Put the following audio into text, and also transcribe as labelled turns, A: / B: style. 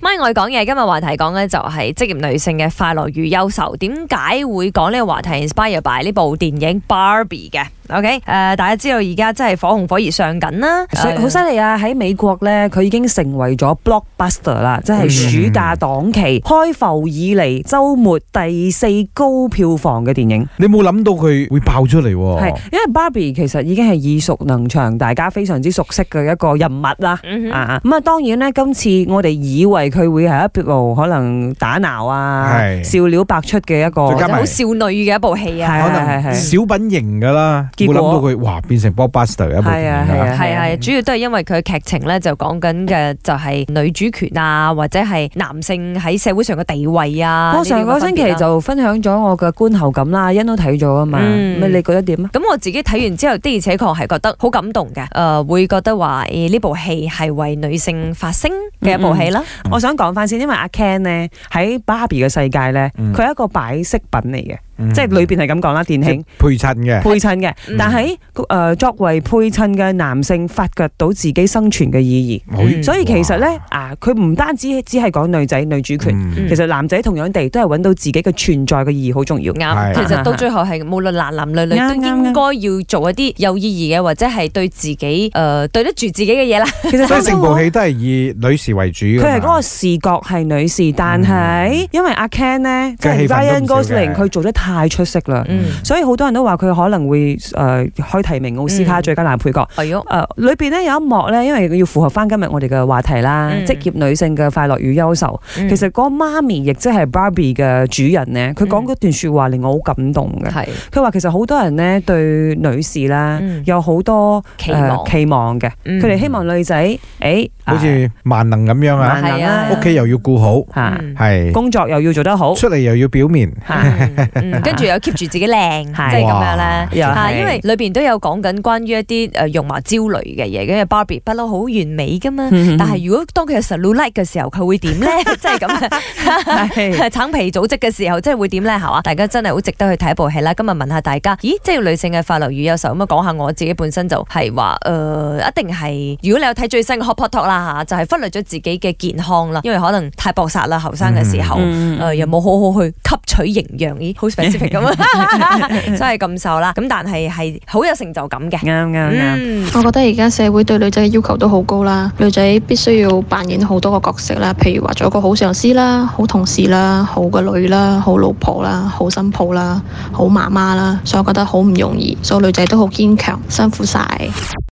A: 我哋講嘢，今日話題講咧就係職業女性嘅快樂與憂愁。點解會講呢個話題？Inspire by 呢部電影 Barbie 嘅。OK，誒、大家知道而家真係火紅火熱上緊啦，
B: 所以
A: 誒
B: 好犀利啊！喺美國咧，佢已經成為咗 blockbuster 啦，即係暑假檔期嗯開埠以嚟週末第四高票房嘅電影。
C: 你冇諗到佢會爆出嚟
B: 係
C: 喎，，
B: 因為 Barbie 其實已經係耳熟能詳，大家非常之熟悉嘅一個人物啦。
A: 嗯哼
B: 啊，咁啊，當然咧，今次我哋以為佢會係一部可能打鬧啊、
C: 係
B: 笑料百出嘅一個，
C: 再加埋
A: 好少女嘅一部戲啊。
B: 係
C: 可
B: 係係
C: 能小品型噶啦，
B: 結
C: 冇
B: 果
C: 諗到佢哇變成 blockbuster 嘅一部電
B: 係啊
C: 影
B: 係
C: 㗎
B: 啊
C: 啦。
A: 係係，主要都係因為佢劇情咧就講緊嘅就係女主權啊，或者係男性喺社會上嘅地位啊。
B: 我上個星期
A: 呢啲咁嘅分別啦
B: 就分享咗我嘅觀後感啦，欣都睇咗啊嘛，
A: 嗯
B: 咁你覺得點啊？
A: 咁我自己睇完之後的而且確係覺得好感動嘅，誒、會覺得話誒呢部戲係為女性發聲嘅一部戲啦，
C: 嗯
B: 我想講翻先，因為阿 Ken 咧喺芭比嘅世界咧，
C: 嗯
B: 佢係一個擺飾品嚟嘅，
C: 嗯
B: 即係裏邊係咁講啦，電
C: 即
B: 器
C: 係配襯嘅，
B: 配襯嘅
A: 嗯。
B: 但喺誒、呃作為配襯嘅男性，發掘到自己生存嘅意義。
C: 哎
A: 嗯
B: 所以其實咧
C: 哇
B: 啊，佢唔單止只係講女仔女主權，
C: 嗯
B: 其實男仔同樣地都係揾到自己嘅存在嘅意義好重要。
A: 啱、
C: 係
A: 其實到最後係無論男男女女
B: 啱
A: 都
B: 啱
A: 應該要做一啲有意義嘅，或者係對自己誒、呃、對得住自己嘅嘢啦。
B: 其實
C: 所以成部戲都係以女士為主㗎
B: 佢
C: 嘛
B: 係嗰個視覺係女士，但
C: 嗯
B: 係因為阿 Ken 咧，即係
C: 嘅戲份都
B: Ryan
C: 唔少嘅
B: Gosling 佢做得太出色啦。
A: 嗯，
B: 所以好多人都話佢可能會誒、呃、可以提名奧斯卡
A: 嗯
B: 最佳男配角。呃
A: 係咯，
B: 誒裏邊咧有一幕咧，因為要符合翻今日我哋嘅話題啦，
A: 嗯
B: 職業女性嘅快樂與憂愁。
A: 嗯
B: 其實嗰個媽咪亦即係 Barbie 嘅主人咧，佢講嗰段説話令我好感動嘅。
A: 係
B: 佢話其實好多人咧對女士啦
A: 嗯
B: 有好多
A: 期望
B: 誒期望嘅，佢哋
A: 嗯
B: 希望女仔誒
C: 好似萬能咁樣
B: 啊萬
C: 啊，
B: 能
A: 係啊
B: 啦，
C: 屋企又要顧好，
B: 嚇
A: 嗯
C: 係
B: 工作又要做得好
C: 出嚟又要表面，
B: 嚇，
A: 嗯跟住又 keep 住自己靚，即
B: 係
A: 係咁樣咧。
B: 又
A: 啊，
B: 係
A: 因為裏邊都有講緊關於一啲誒容貌焦慮嘅嘢，因為 Barbie 不嬲好完美噶
B: 嗯
A: 嘛。嗯但係如果當佢有 cellulite 嘅時候，佢會點咧？即係啊咁，
B: 係
A: 呃橙皮組織嘅時候，即係會點咧？係嘛？大家真係好值得去睇一部戲啦。今日問下大家，咦，即係女性嘅快樂與憂愁咁啊？講下我自己本身就係話誒，一定係如果你有睇最新嘅 Hot Pot Talk 啦嚇，就係忽略咗自己嘅健康啦，因為可能太搏殺啦，後生嘅時候。
B: 嗯
A: 誒、又冇好好去吸取營養，咦， 好 specific 咁啊， 所以咁瘦啦。咁但係係好有成就感嘅。
B: 啱啱啱。
A: 嗯，
D: 我覺得而家社會對女仔嘅要求都好高啦，女仔必須要扮演好多個角色啦，譬如話做一個好上司啦、好同事啦、好個女啦、好老婆啦、好新抱啦、好媽媽啦，所以我覺得好唔容易，所以女仔都好堅強，辛苦晒。